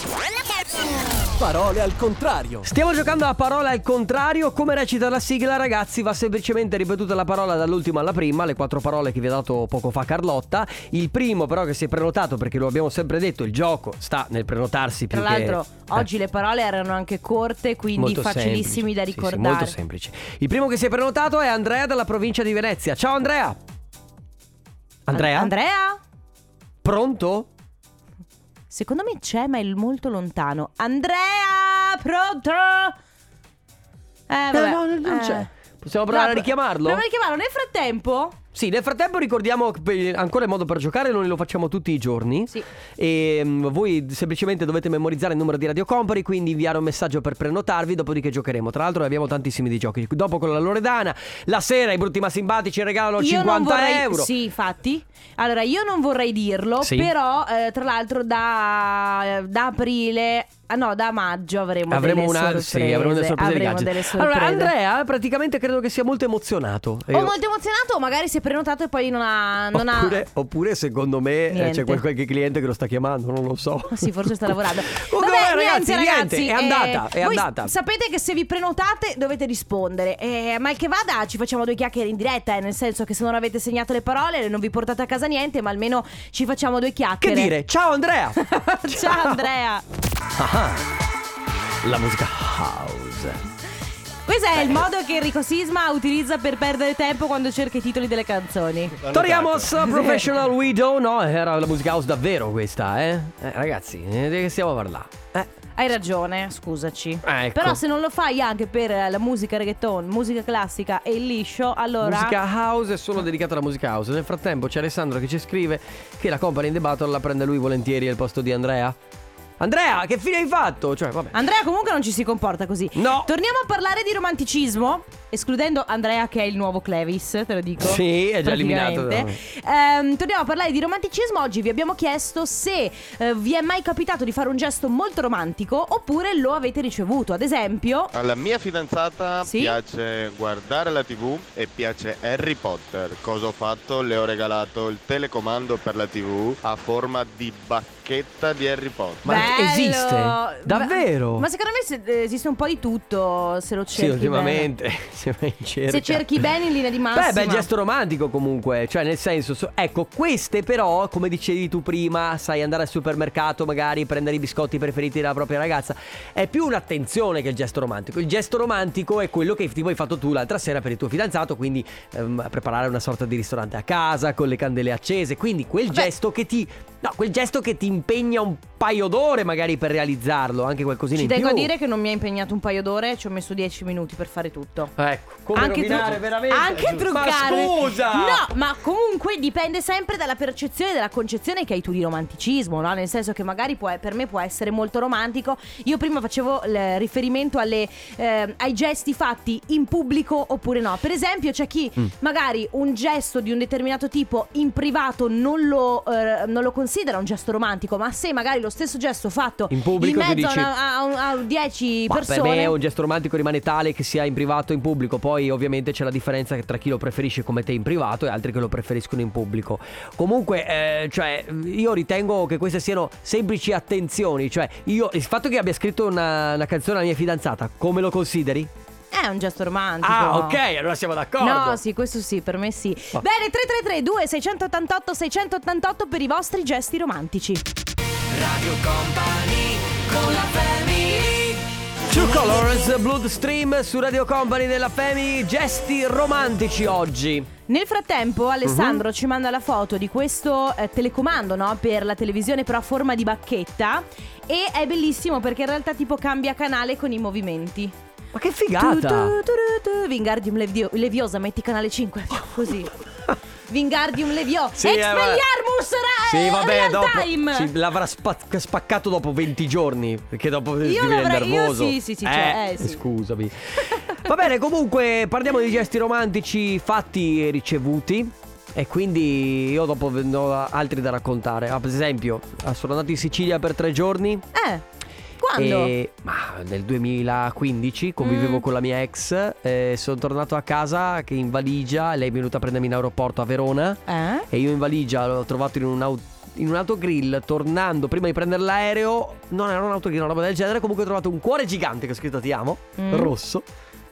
[SPEAKER 5] Parole al contrario.
[SPEAKER 1] Stiamo giocando a parola al contrario, come recita la sigla ragazzi va semplicemente ripetuta la parola dall'ultima alla prima, le quattro parole che vi ha dato poco fa Carlotta, il primo però che si è prenotato perché lo abbiamo sempre detto, il gioco sta nel prenotarsi più
[SPEAKER 2] Tra
[SPEAKER 1] che-
[SPEAKER 2] l'altro,
[SPEAKER 1] Eh.
[SPEAKER 2] oggi le parole erano anche corte, quindi
[SPEAKER 1] Molto semplice.
[SPEAKER 2] facilissimi da
[SPEAKER 1] Sì, sì,
[SPEAKER 2] ricordare.
[SPEAKER 1] molto semplice. Il primo che si è prenotato è Andrea dalla provincia di Venezia. Ciao Andrea. Andrea?
[SPEAKER 2] An- Andrea?
[SPEAKER 1] Pronto?
[SPEAKER 2] Secondo me c'è, ma è molto lontano. Andrea, pronto? Eh, vabbè.
[SPEAKER 1] No, no, non
[SPEAKER 2] eh.
[SPEAKER 1] c'è. Possiamo provare a
[SPEAKER 2] No,
[SPEAKER 1] richiamarlo?
[SPEAKER 2] Proviamo a richiamarlo. Nel frattempo,
[SPEAKER 1] Sì, nel frattempo ricordiamo che ancora il modo per giocare, noi lo facciamo tutti i giorni.
[SPEAKER 2] Sì.
[SPEAKER 1] E mm, voi semplicemente dovete memorizzare il numero di Radio Company, quindi inviare un messaggio per prenotarvi, dopodiché giocheremo. Tra l'altro ne abbiamo tantissimi di giochi. Dopo con la Loredana, la sera i brutti ma simpatici regalano
[SPEAKER 2] io
[SPEAKER 1] 50
[SPEAKER 2] non vorrei.
[SPEAKER 1] euro.
[SPEAKER 2] Sì, infatti. Allora, io non vorrei dirlo,
[SPEAKER 1] Sì.
[SPEAKER 2] però, eh, tra l'altro, da, da aprile. Ah no, da maggio avremo,
[SPEAKER 1] Avremo
[SPEAKER 2] delle
[SPEAKER 1] una, sì,
[SPEAKER 2] sorprese.
[SPEAKER 1] avremo delle sorprese.
[SPEAKER 2] Avremo
[SPEAKER 1] gadget.
[SPEAKER 2] delle sorprese.
[SPEAKER 1] Allora, Andrea, praticamente credo che sia molto emozionato. Eh,
[SPEAKER 2] O molto emozionato, o magari si è prenotato e poi non ha. Non ha-
[SPEAKER 1] oppure, oppure, secondo me, eh,
[SPEAKER 2] Niente.
[SPEAKER 1] c'è quel- qualche cliente che lo sta chiamando, non lo so.
[SPEAKER 2] Ah, Sì, forse sta lavorando.
[SPEAKER 1] Comunque,
[SPEAKER 2] Vabbè,
[SPEAKER 1] ragazzi,
[SPEAKER 2] niente,
[SPEAKER 1] niente,
[SPEAKER 2] ragazzi, eh,
[SPEAKER 1] è andata, è
[SPEAKER 2] voi
[SPEAKER 1] andata.
[SPEAKER 2] Sapete che se vi prenotate dovete rispondere. Eh, mal che vada, ci facciamo due chiacchiere in diretta. eh, nel senso che se non avete segnato le parole, non vi portate a casa niente, ma almeno ci facciamo due
[SPEAKER 1] Che
[SPEAKER 2] chiacchiere.
[SPEAKER 1] dire? Ciao Andrea!
[SPEAKER 2] Ciao Andrea.
[SPEAKER 1] Ah, La musica house.
[SPEAKER 2] Questo è il modo che Enrico Sisma utilizza per perdere tempo quando cerca i titoli delle canzoni.
[SPEAKER 4] L'ho
[SPEAKER 1] Torniamo
[SPEAKER 4] notato.
[SPEAKER 1] su Professional Widow. No, era la musica house davvero questa, eh? Eh, ragazzi, eh, di che stiamo a parlare? Eh,
[SPEAKER 2] Hai ragione, scusaci.
[SPEAKER 1] Ah, ecco.
[SPEAKER 2] Però se non lo fai anche per eh, la musica reggaeton, musica classica e il liscio, allora
[SPEAKER 1] Musica house è solo dedicata alla musica house. Nel frattempo c'è Alessandro che ci scrive che la company in the battle la prende lui volentieri al posto di Andrea. Andrea, che fine hai fatto? Cioè, vabbè.
[SPEAKER 2] Andrea comunque non ci si comporta così.
[SPEAKER 1] No.
[SPEAKER 2] Torniamo a parlare di romanticismo, escludendo Andrea che è il nuovo Clevis, te lo dico.
[SPEAKER 1] Sì, è già
[SPEAKER 2] Praticamente.
[SPEAKER 1] eliminato.
[SPEAKER 2] Ehm, torniamo a parlare di romanticismo. Oggi vi abbiamo chiesto se eh, vi è mai capitato di fare un gesto molto romantico oppure lo avete ricevuto. Ad esempio,
[SPEAKER 9] Alla mia fidanzata
[SPEAKER 2] Sì?
[SPEAKER 9] piace guardare la tv e piace Harry Potter. Cosa ho fatto? Le ho regalato il telecomando per la tv a forma di bacchetta di Harry Potter.
[SPEAKER 1] Ma
[SPEAKER 2] Bello.
[SPEAKER 1] esiste?
[SPEAKER 2] Ma-
[SPEAKER 1] Davvero?
[SPEAKER 2] Ma secondo me se- eh, esiste un po' di tutto se lo cerchi.
[SPEAKER 1] Sì,
[SPEAKER 2] bene.
[SPEAKER 1] ultimamente. Se, vai in cerca.
[SPEAKER 2] Se cerchi bene in linea di massima.
[SPEAKER 1] Beh, bel gesto romantico comunque, cioè nel senso, so- ecco, queste però, come dicevi tu prima, sai andare al supermercato magari, prendere i biscotti preferiti della propria ragazza, è più un'attenzione che il gesto romantico. Il gesto romantico è quello che tipo hai fatto tu l'altra sera per il tuo fidanzato, quindi ehm, preparare una sorta di ristorante a casa con le candele accese, quindi quel gesto che ti... No, quel gesto che ti impegna un paio d'ore magari per realizzarlo, anche qualcosina
[SPEAKER 2] Ci
[SPEAKER 1] in
[SPEAKER 2] tengo
[SPEAKER 1] più.
[SPEAKER 2] a dire che non mi ha impegnato un paio d'ore, ci ho messo 10 minuti per fare tutto.
[SPEAKER 1] Ecco, come rovinare
[SPEAKER 2] tru-
[SPEAKER 1] veramente?
[SPEAKER 2] anche truccare.
[SPEAKER 1] Ma scusa!
[SPEAKER 2] No, ma comunque dipende sempre dalla percezione, dalla concezione che hai tu di romanticismo, no? Nel senso che magari può- per me può essere molto romantico. Io prima facevo il riferimento alle, eh, ai gesti fatti in pubblico oppure no. Per esempio, c'è chi
[SPEAKER 1] Mm.
[SPEAKER 2] magari un gesto di un determinato tipo in privato non lo, eh, non lo considera un gesto romantico, ma se magari lo stesso gesto fatto
[SPEAKER 1] In pubblico tu
[SPEAKER 2] mezzo
[SPEAKER 1] dici-
[SPEAKER 2] a, una- a un- a un 10
[SPEAKER 1] Ma
[SPEAKER 2] persone.
[SPEAKER 1] Per me un gesto romantico rimane tale che sia in privato e in pubblico. Poi, ovviamente, c'è la differenza tra chi lo preferisce come te in privato e altri che lo preferiscono in pubblico. Comunque, eh, cioè, io ritengo che queste siano semplici attenzioni. Cioè, io il fatto che abbia scritto una, una canzone alla mia fidanzata, come lo consideri?
[SPEAKER 2] È un gesto romantico.
[SPEAKER 1] Ah, ok, allora siamo d'accordo.
[SPEAKER 2] No, sì, questo sì, per me sì.
[SPEAKER 1] Ah.
[SPEAKER 2] Bene, 333 2688 688 per i vostri gesti romantici.
[SPEAKER 1] Two Colors, Bloodstream su Radio Company della Femi, gesti romantici oggi.
[SPEAKER 2] Nel
[SPEAKER 1] Mhm.
[SPEAKER 2] frattempo Alessandro ci manda la foto di questo eh, telecomando no? per la televisione però a forma di bacchetta e è bellissimo perché in realtà tipo cambia canale con i movimenti.
[SPEAKER 1] Ma che
[SPEAKER 2] Tu,
[SPEAKER 1] figata!
[SPEAKER 2] tu, tu, tu, tu, Wingardium Levio- Leviosa, metti canale 5, così. Wingardium Leviosa.
[SPEAKER 1] Sì, eh, vabbè.
[SPEAKER 2] Expelliarmus ra-
[SPEAKER 1] Sì, vabbè,
[SPEAKER 2] Eh, real
[SPEAKER 1] dopo
[SPEAKER 2] time.
[SPEAKER 1] sì, l'avrà spa- spaccato dopo 20 giorni, perché dopo diventa
[SPEAKER 2] l'avrei- io
[SPEAKER 1] nervoso.
[SPEAKER 2] sì, sì, sì, cioè, eh, sì.
[SPEAKER 1] Scusami. Va bene, comunque parliamo di gesti romantici fatti e ricevuti. E quindi io dopo ne ho altri da raccontare. Ah, per esempio, sono andato in Sicilia per tre giorni.
[SPEAKER 2] Eh. Quando?
[SPEAKER 1] E- ma nel 2015 convivevo
[SPEAKER 2] Mm.
[SPEAKER 1] con la mia ex, eh, sono tornato a casa che in valigia, lei è venuta a prendermi in aeroporto a Verona
[SPEAKER 2] Eh?
[SPEAKER 1] e io in valigia l'ho trovato in un au- in un autogrill tornando prima di prendere l'aereo, non era un autogrill, una roba del genere, comunque ho trovato un cuore gigante che ho scritto ti amo,
[SPEAKER 2] Mm.
[SPEAKER 1] rosso,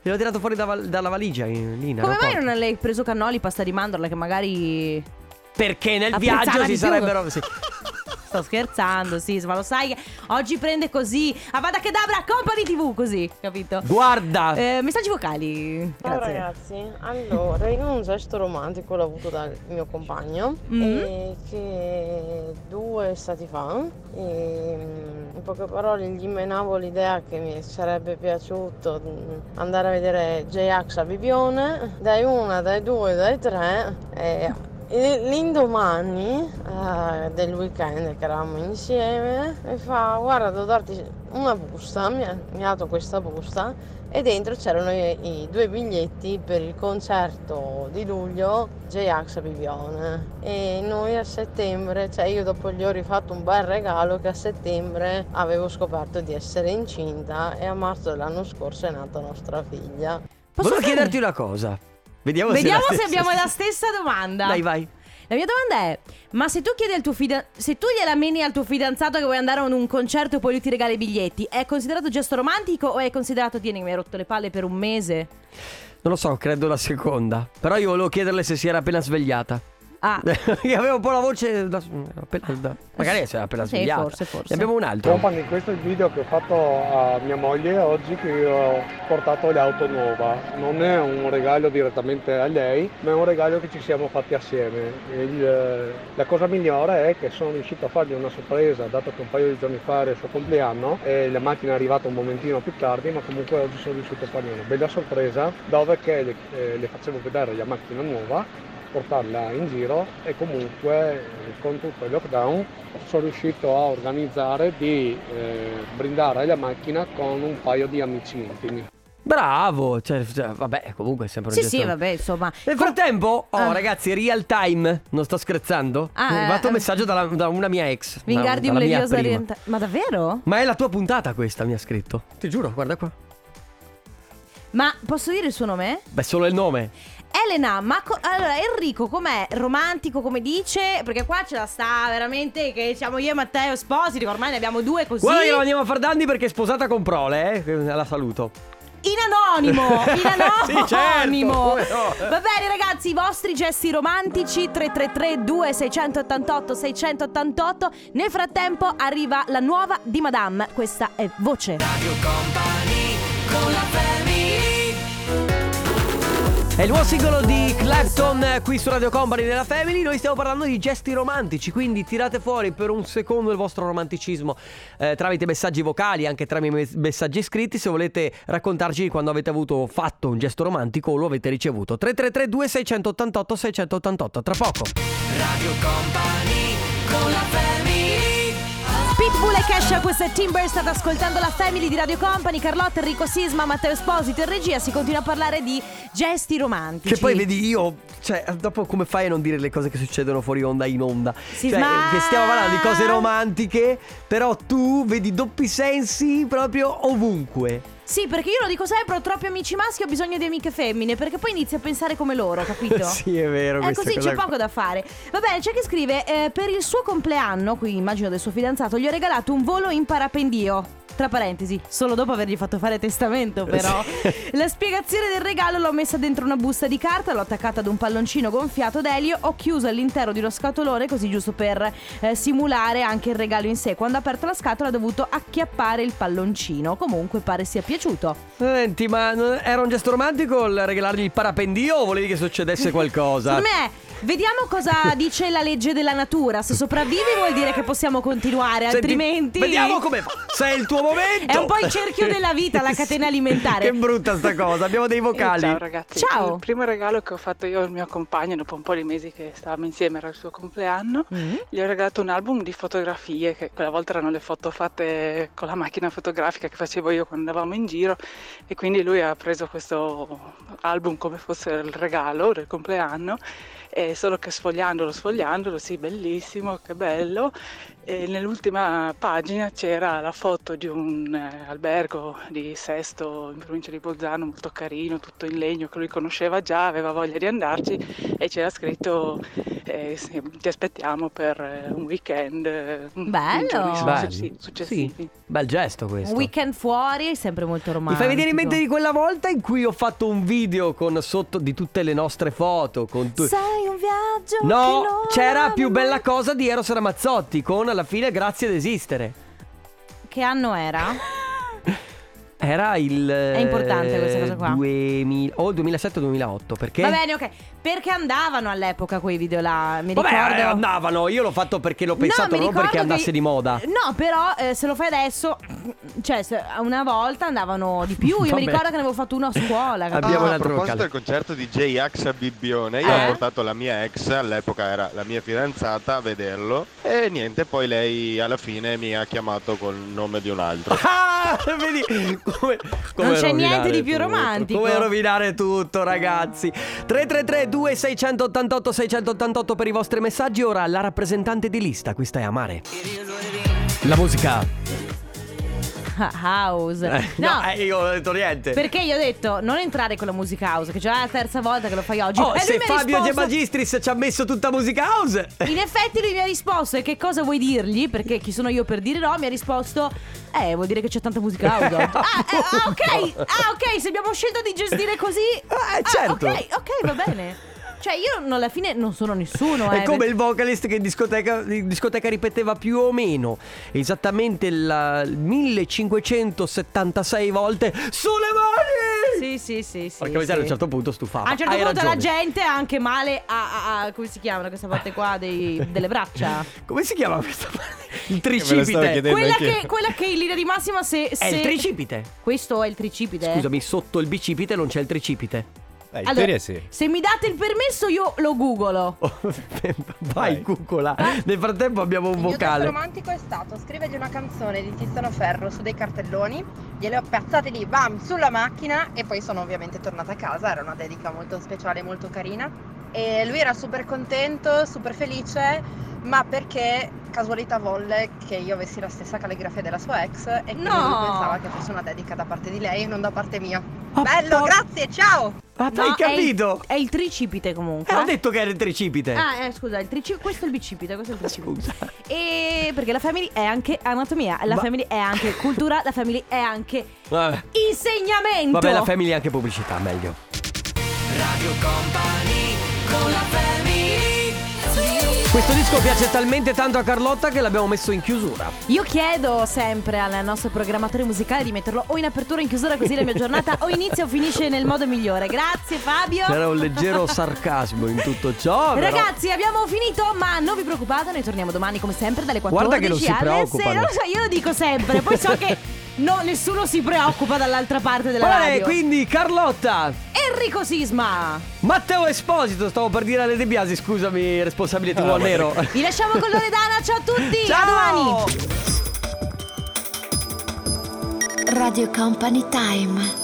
[SPEAKER 1] e l'ho tirato fuori da val- dalla valigia in- lì in
[SPEAKER 2] Come mai
[SPEAKER 1] aeroporto.
[SPEAKER 2] non hai preso cannoli, pasta di mandorla che magari
[SPEAKER 1] Perché nel
[SPEAKER 2] Apprezzava
[SPEAKER 1] viaggio
[SPEAKER 2] di
[SPEAKER 1] si
[SPEAKER 2] più.
[SPEAKER 1] sarebbero... sì.
[SPEAKER 2] Sto scherzando, sì, ma lo sai che oggi prende così. Avada Kedavra, Company TV, così, capito?
[SPEAKER 1] Guarda,
[SPEAKER 2] Eh, messaggi vocali,
[SPEAKER 10] Ciao
[SPEAKER 2] grazie.
[SPEAKER 10] ragazzi, allora io un gesto romantico l'ho avuto dal mio compagno
[SPEAKER 2] Mm.
[SPEAKER 10] e che due estati fa e mm, in poche parole gli menavo l'idea che mi sarebbe piaciuto mm, andare a vedere J-Ax a Bibione dai una, dai due, dai tre e e L'indomani eh, del weekend che eravamo insieme mi fa guarda devo darti una busta, mi ha, mi ha dato questa busta e dentro c'erano i, i due biglietti per il concerto di luglio J-Ax a Bibione e noi a settembre, cioè io dopo gli ho rifatto un bel regalo che a settembre avevo scoperto di essere incinta e a marzo dell'anno scorso è nata nostra figlia.
[SPEAKER 2] Posso
[SPEAKER 1] volevo
[SPEAKER 2] fare-
[SPEAKER 1] chiederti una cosa. Vediamo,
[SPEAKER 2] Vediamo
[SPEAKER 1] se, è la
[SPEAKER 2] se
[SPEAKER 1] stessa-
[SPEAKER 2] abbiamo la stessa domanda.
[SPEAKER 1] Dai, vai.
[SPEAKER 2] La mia domanda è: ma se tu chiedi al tuo fidanzato, se tu gliela meni al tuo fidanzato che vuoi andare a un concerto e poi lui ti regala i biglietti, è considerato gesto romantico o è considerato tieni mi hai rotto le palle per un mese?
[SPEAKER 1] Non lo so, credo la seconda. Però io volevo chiederle se si era appena svegliata.
[SPEAKER 2] Ah,
[SPEAKER 1] Perché avevo un po' la voce. da- appena- da- magari si era appena
[SPEAKER 2] Sì,
[SPEAKER 1] svegliata.
[SPEAKER 2] forse, forse.
[SPEAKER 1] Ne abbiamo un altro.
[SPEAKER 7] Company, questo è il video che ho fatto a mia moglie oggi che ho portato l'auto nuova. Non è un regalo direttamente a lei, ma è un regalo che ci siamo fatti assieme. Il- eh, la cosa migliore è che sono riuscito a fargli una sorpresa, dato che un paio di giorni fa era il suo compleanno e la macchina è arrivata un momentino più tardi, ma comunque oggi sono riuscito a fargli una bella sorpresa, dove che le, eh, le facevo vedere la macchina nuova, portarla in giro e comunque eh, con tutto il lockdown sono riuscito a organizzare di eh, brindare la macchina con un paio di amici intimi.
[SPEAKER 1] Bravo. Cioè, cioè, vabbè, comunque è sempre un
[SPEAKER 2] sì,
[SPEAKER 1] gesto-
[SPEAKER 2] sì, vabbè, insomma.
[SPEAKER 1] Nel frattempo, oh
[SPEAKER 2] Ah.
[SPEAKER 1] ragazzi, real time. Non sto scherzando.
[SPEAKER 2] Ah,
[SPEAKER 1] Mi è arrivato
[SPEAKER 2] eh,
[SPEAKER 1] un messaggio dalla- da una mia ex. da-
[SPEAKER 2] Wingardium
[SPEAKER 1] dalla mia
[SPEAKER 2] Leviosa
[SPEAKER 1] prima.
[SPEAKER 2] orienta- Ma davvero?
[SPEAKER 1] Ma è la tua puntata questa, mi ha scritto. Ti giuro, guarda qua.
[SPEAKER 2] Ma posso dire il suo nome?
[SPEAKER 1] Beh, solo il nome.
[SPEAKER 2] Elena, ma co- allora Enrico com'è? Romantico come dice? Perché qua ce la sta veramente che siamo io e Matteo Esposito, che ormai ne abbiamo due così.
[SPEAKER 1] Guarda che non andiamo a far danni perché è sposata con Prole, eh. La saluto.
[SPEAKER 2] In anonimo, in anonimo.
[SPEAKER 1] Sì, certo, come no.
[SPEAKER 2] Va bene ragazzi, i vostri gesti romantici 333 2688 688. Nel frattempo arriva la nuova di Madame, questa è Voce.
[SPEAKER 1] È il nuovo singolo di Clapton eh, qui su Radio Company della Family. Noi stiamo parlando di gesti romantici, quindi tirate fuori per un secondo il vostro romanticismo eh, tramite messaggi vocali, anche tramite mes- messaggi scritti. Se volete raccontarci di quando avete avuto fatto un gesto romantico o lo avete ricevuto. 3332 688 688 tra poco.
[SPEAKER 2] Pitbull e Kesha, questa è Timber, state ascoltando la Family di Radio Company, Carlotta, Enrico Sisma, Matteo Esposito in regia, si continua a parlare di gesti romantici.
[SPEAKER 1] Che poi vedi io, cioè, dopo come fai a non dire le cose che succedono fuori onda in onda?
[SPEAKER 2] Sì,
[SPEAKER 1] cioè,
[SPEAKER 2] ma-
[SPEAKER 1] che stiamo parlando di cose romantiche, però tu vedi doppi sensi proprio ovunque.
[SPEAKER 2] Sì, perché io lo dico sempre, ho troppi amici maschi, ho bisogno di amiche femmine, perché poi inizi a pensare come loro, capito?
[SPEAKER 1] Sì, è vero.
[SPEAKER 2] È
[SPEAKER 1] questa
[SPEAKER 2] così, cioè,
[SPEAKER 1] cosa
[SPEAKER 2] c'è
[SPEAKER 1] qua.
[SPEAKER 2] poco da fare. Va bene, c'è chi scrive, eh, per il suo compleanno, qui immagino del suo fidanzato, gli ho regalato un volo in parapendio. Tra parentesi, solo dopo avergli fatto fare testamento però. La spiegazione del regalo l'ho messa dentro una busta di carta, l'ho attaccata ad un palloncino gonfiato d'elio, ho chiuso all'interno di uno scatolone così giusto per eh, simulare anche il regalo in sé. Quando ha aperto la scatola ha dovuto acchiappare il palloncino, comunque pare sia piaciuto.
[SPEAKER 1] Senti, ma non- era un gesto romantico il regalargli il parapendio o volevi che succedesse qualcosa?
[SPEAKER 2] Secondo me, vediamo cosa dice la legge della natura. Se sopravvivi vuol dire che possiamo continuare,
[SPEAKER 1] Senti,
[SPEAKER 2] altrimenti...
[SPEAKER 1] Vediamo come fa. Se è il tuo momento.
[SPEAKER 2] È un po' il cerchio della vita, la catena alimentare.
[SPEAKER 1] che brutta sta cosa. Abbiamo dei vocali.
[SPEAKER 11] Eh, Ciao ragazzi,
[SPEAKER 2] Ciao.
[SPEAKER 11] il primo regalo che ho fatto io al mio compagno dopo un po' di mesi che stavamo insieme era il suo compleanno, gli ho regalato un album di fotografie che quella volta erano le foto fatte con la macchina fotografica che facevo io quando andavamo in giro e quindi lui ha preso questo album come fosse il regalo del compleanno e solo che sfogliandolo, sfogliandolo, sì, bellissimo, che bello. E nell'ultima pagina c'era la foto di un eh, albergo di Sesto in provincia di Bolzano, molto carino, tutto in legno, che lui conosceva già, aveva voglia di andarci e c'era scritto eh, sì, ti aspettiamo per eh, un weekend. eh, un-
[SPEAKER 2] Bello.
[SPEAKER 11] i giorni su-
[SPEAKER 1] Belli.
[SPEAKER 11] sì,
[SPEAKER 1] Sì,
[SPEAKER 11] successivi.
[SPEAKER 1] bel gesto questo.
[SPEAKER 2] Un weekend fuori è sempre molto
[SPEAKER 1] Mi
[SPEAKER 2] romantico.
[SPEAKER 1] fai venire in mente di quella volta in cui ho fatto un video con sotto di tutte le nostre foto. Con tu-
[SPEAKER 2] Sai un viaggio che
[SPEAKER 1] no,
[SPEAKER 2] non
[SPEAKER 1] c'era
[SPEAKER 2] ha-
[SPEAKER 1] più bella cosa di Eros Ramazzotti con alla fine grazie ad esistere.
[SPEAKER 2] Che anno era?
[SPEAKER 1] Era il... È
[SPEAKER 2] importante questa cosa qua.
[SPEAKER 1] 2000, o il 2007-2008 perché...
[SPEAKER 2] Va bene, ok. Perché andavano all'epoca quei video là? Mi
[SPEAKER 1] Vabbè,
[SPEAKER 2] ricordo.
[SPEAKER 1] eh, andavano, io l'ho fatto perché l'ho pensato,
[SPEAKER 2] mi
[SPEAKER 1] non
[SPEAKER 2] ricordo
[SPEAKER 1] perché andasse
[SPEAKER 2] che-
[SPEAKER 1] di moda.
[SPEAKER 2] No, però eh, se lo fai adesso, cioè se- una volta andavano di più. Io
[SPEAKER 1] Vabbè.
[SPEAKER 2] mi ricordo che ne avevo fatto uno a scuola. capito?
[SPEAKER 9] Ah,
[SPEAKER 1] Abbiamo un
[SPEAKER 9] a
[SPEAKER 1] altro
[SPEAKER 9] proposito
[SPEAKER 1] vocale.
[SPEAKER 9] del concerto di J-Ax a Bibbione, io
[SPEAKER 2] Eh?
[SPEAKER 9] ho portato la mia ex, all'epoca era la mia fidanzata, a vederlo e niente, poi lei alla fine mi ha chiamato col nome di un altro.
[SPEAKER 1] Ah, vedi come, come
[SPEAKER 2] Non c'è
[SPEAKER 1] rovinare
[SPEAKER 2] niente di più
[SPEAKER 1] tutto.
[SPEAKER 2] romantico.
[SPEAKER 1] Come rovinare tutto, ragazzi. 333 2688 688 per i vostri messaggi. Ora la rappresentante di lista, questa è Amare. La musica.
[SPEAKER 2] House.
[SPEAKER 1] Eh,
[SPEAKER 2] no.
[SPEAKER 1] eh, io non ho detto niente.
[SPEAKER 2] perché gli ho detto non entrare con la musica house, che già è la terza volta che lo fai oggi.
[SPEAKER 1] Oh,
[SPEAKER 2] e eh, lui
[SPEAKER 1] se
[SPEAKER 2] mi ha
[SPEAKER 1] Fabio De
[SPEAKER 2] risposto-
[SPEAKER 1] Magistris ci ha messo tutta musica house.
[SPEAKER 2] In effetti lui mi ha risposto e che cosa vuoi dirgli? Perché chi sono io per dire no? Mi ha risposto eh vuol dire che c'è tanta musica audio. ah, eh, ah, ok, ah ok, se abbiamo scelto di gestire così
[SPEAKER 1] Ah, eh, certo.
[SPEAKER 2] ok, ok, va bene. Cioè io non- alla fine non sono nessuno, eh.
[SPEAKER 1] È come il vocalist che in discoteca, in discoteca ripeteva più o meno esattamente la 1576 volte sulle mani.
[SPEAKER 2] Sì, sì, sì, sì.
[SPEAKER 1] Perché
[SPEAKER 2] sì.
[SPEAKER 1] magari a un certo punto stufava.
[SPEAKER 2] A un certo
[SPEAKER 1] Hai
[SPEAKER 2] punto la
[SPEAKER 1] ragione.
[SPEAKER 2] gente ha anche male a, a- a- come si chiamano queste volte qua dei- delle braccia.
[SPEAKER 1] Come si chiama questa Il
[SPEAKER 4] stavo
[SPEAKER 1] tricipite.
[SPEAKER 4] chiedendo.
[SPEAKER 2] Quella
[SPEAKER 4] anch'io.
[SPEAKER 2] che, quella che in linea di massima se,
[SPEAKER 1] È
[SPEAKER 2] se-
[SPEAKER 1] il tricipite.
[SPEAKER 2] Questo è il tricipite. eh.
[SPEAKER 1] Scusami, sotto il bicipite non c'è il tricipite.
[SPEAKER 4] Eh, in
[SPEAKER 2] Allora,
[SPEAKER 4] teoria sì.
[SPEAKER 2] Se mi date il permesso io lo googolo.
[SPEAKER 1] Oh, Vai,
[SPEAKER 4] Vai.
[SPEAKER 1] cucola.
[SPEAKER 2] Ah.
[SPEAKER 1] Nel frattempo abbiamo un vocale.
[SPEAKER 12] romantico è stato scrivergli una canzone di Tiziano Ferro su dei cartelloni, gliele ho piazzate lì, bam, sulla macchina e poi sono ovviamente tornata a casa, era una dedica molto speciale, molto carina e lui era super contento, super felice, ma perché casualità volle che io avessi la stessa calligrafia della sua ex e quindi
[SPEAKER 2] No.
[SPEAKER 12] lui pensava che fosse una dedica da parte di lei e non da parte mia.
[SPEAKER 1] Ah,
[SPEAKER 12] Bello,
[SPEAKER 1] por-
[SPEAKER 12] grazie, ciao!
[SPEAKER 1] Ah,
[SPEAKER 2] No,
[SPEAKER 1] hai
[SPEAKER 2] è il-
[SPEAKER 1] capito?
[SPEAKER 2] È il, tricipite comunque.
[SPEAKER 1] Eh, ho detto che era il tricipite.
[SPEAKER 2] Ah, eh, scusa, il trici- questo è il bicipite, questo è il tricipite.
[SPEAKER 1] Scusa.
[SPEAKER 2] E perché la family è anche anatomia, la
[SPEAKER 1] Ma-
[SPEAKER 2] family è anche cultura, la family è anche
[SPEAKER 1] Vabbè.
[SPEAKER 2] insegnamento.
[SPEAKER 1] Vabbè, la family è anche pubblicità, meglio. Questo disco piace talmente tanto a Carlotta che l'abbiamo messo in chiusura.
[SPEAKER 2] Io chiedo sempre al nostro programmatore musicale di metterlo o in apertura o in chiusura così la mia giornata o inizia o finisce nel modo migliore. Grazie Fabio.
[SPEAKER 1] C'era un leggero sarcasmo in tutto ciò. però-
[SPEAKER 2] Ragazzi, abbiamo finito, ma non vi preoccupate, noi torniamo domani come sempre dalle 14
[SPEAKER 1] Guarda che non si
[SPEAKER 2] alle
[SPEAKER 1] preoccupano.
[SPEAKER 2] 6. Non lo so, io lo dico sempre, poi so che no, nessuno si preoccupa dall'altra parte della
[SPEAKER 1] Qual è
[SPEAKER 2] radio.
[SPEAKER 1] quindi Carlotta?
[SPEAKER 2] Enrico Sisma.
[SPEAKER 1] Matteo Esposito, stavo per dire alle De Biasi, scusami, responsabile TV al nero.
[SPEAKER 2] Vi lasciamo con Loredana, ciao a tutti,
[SPEAKER 1] Ciao!
[SPEAKER 2] a domani.
[SPEAKER 8] Radio Company Time.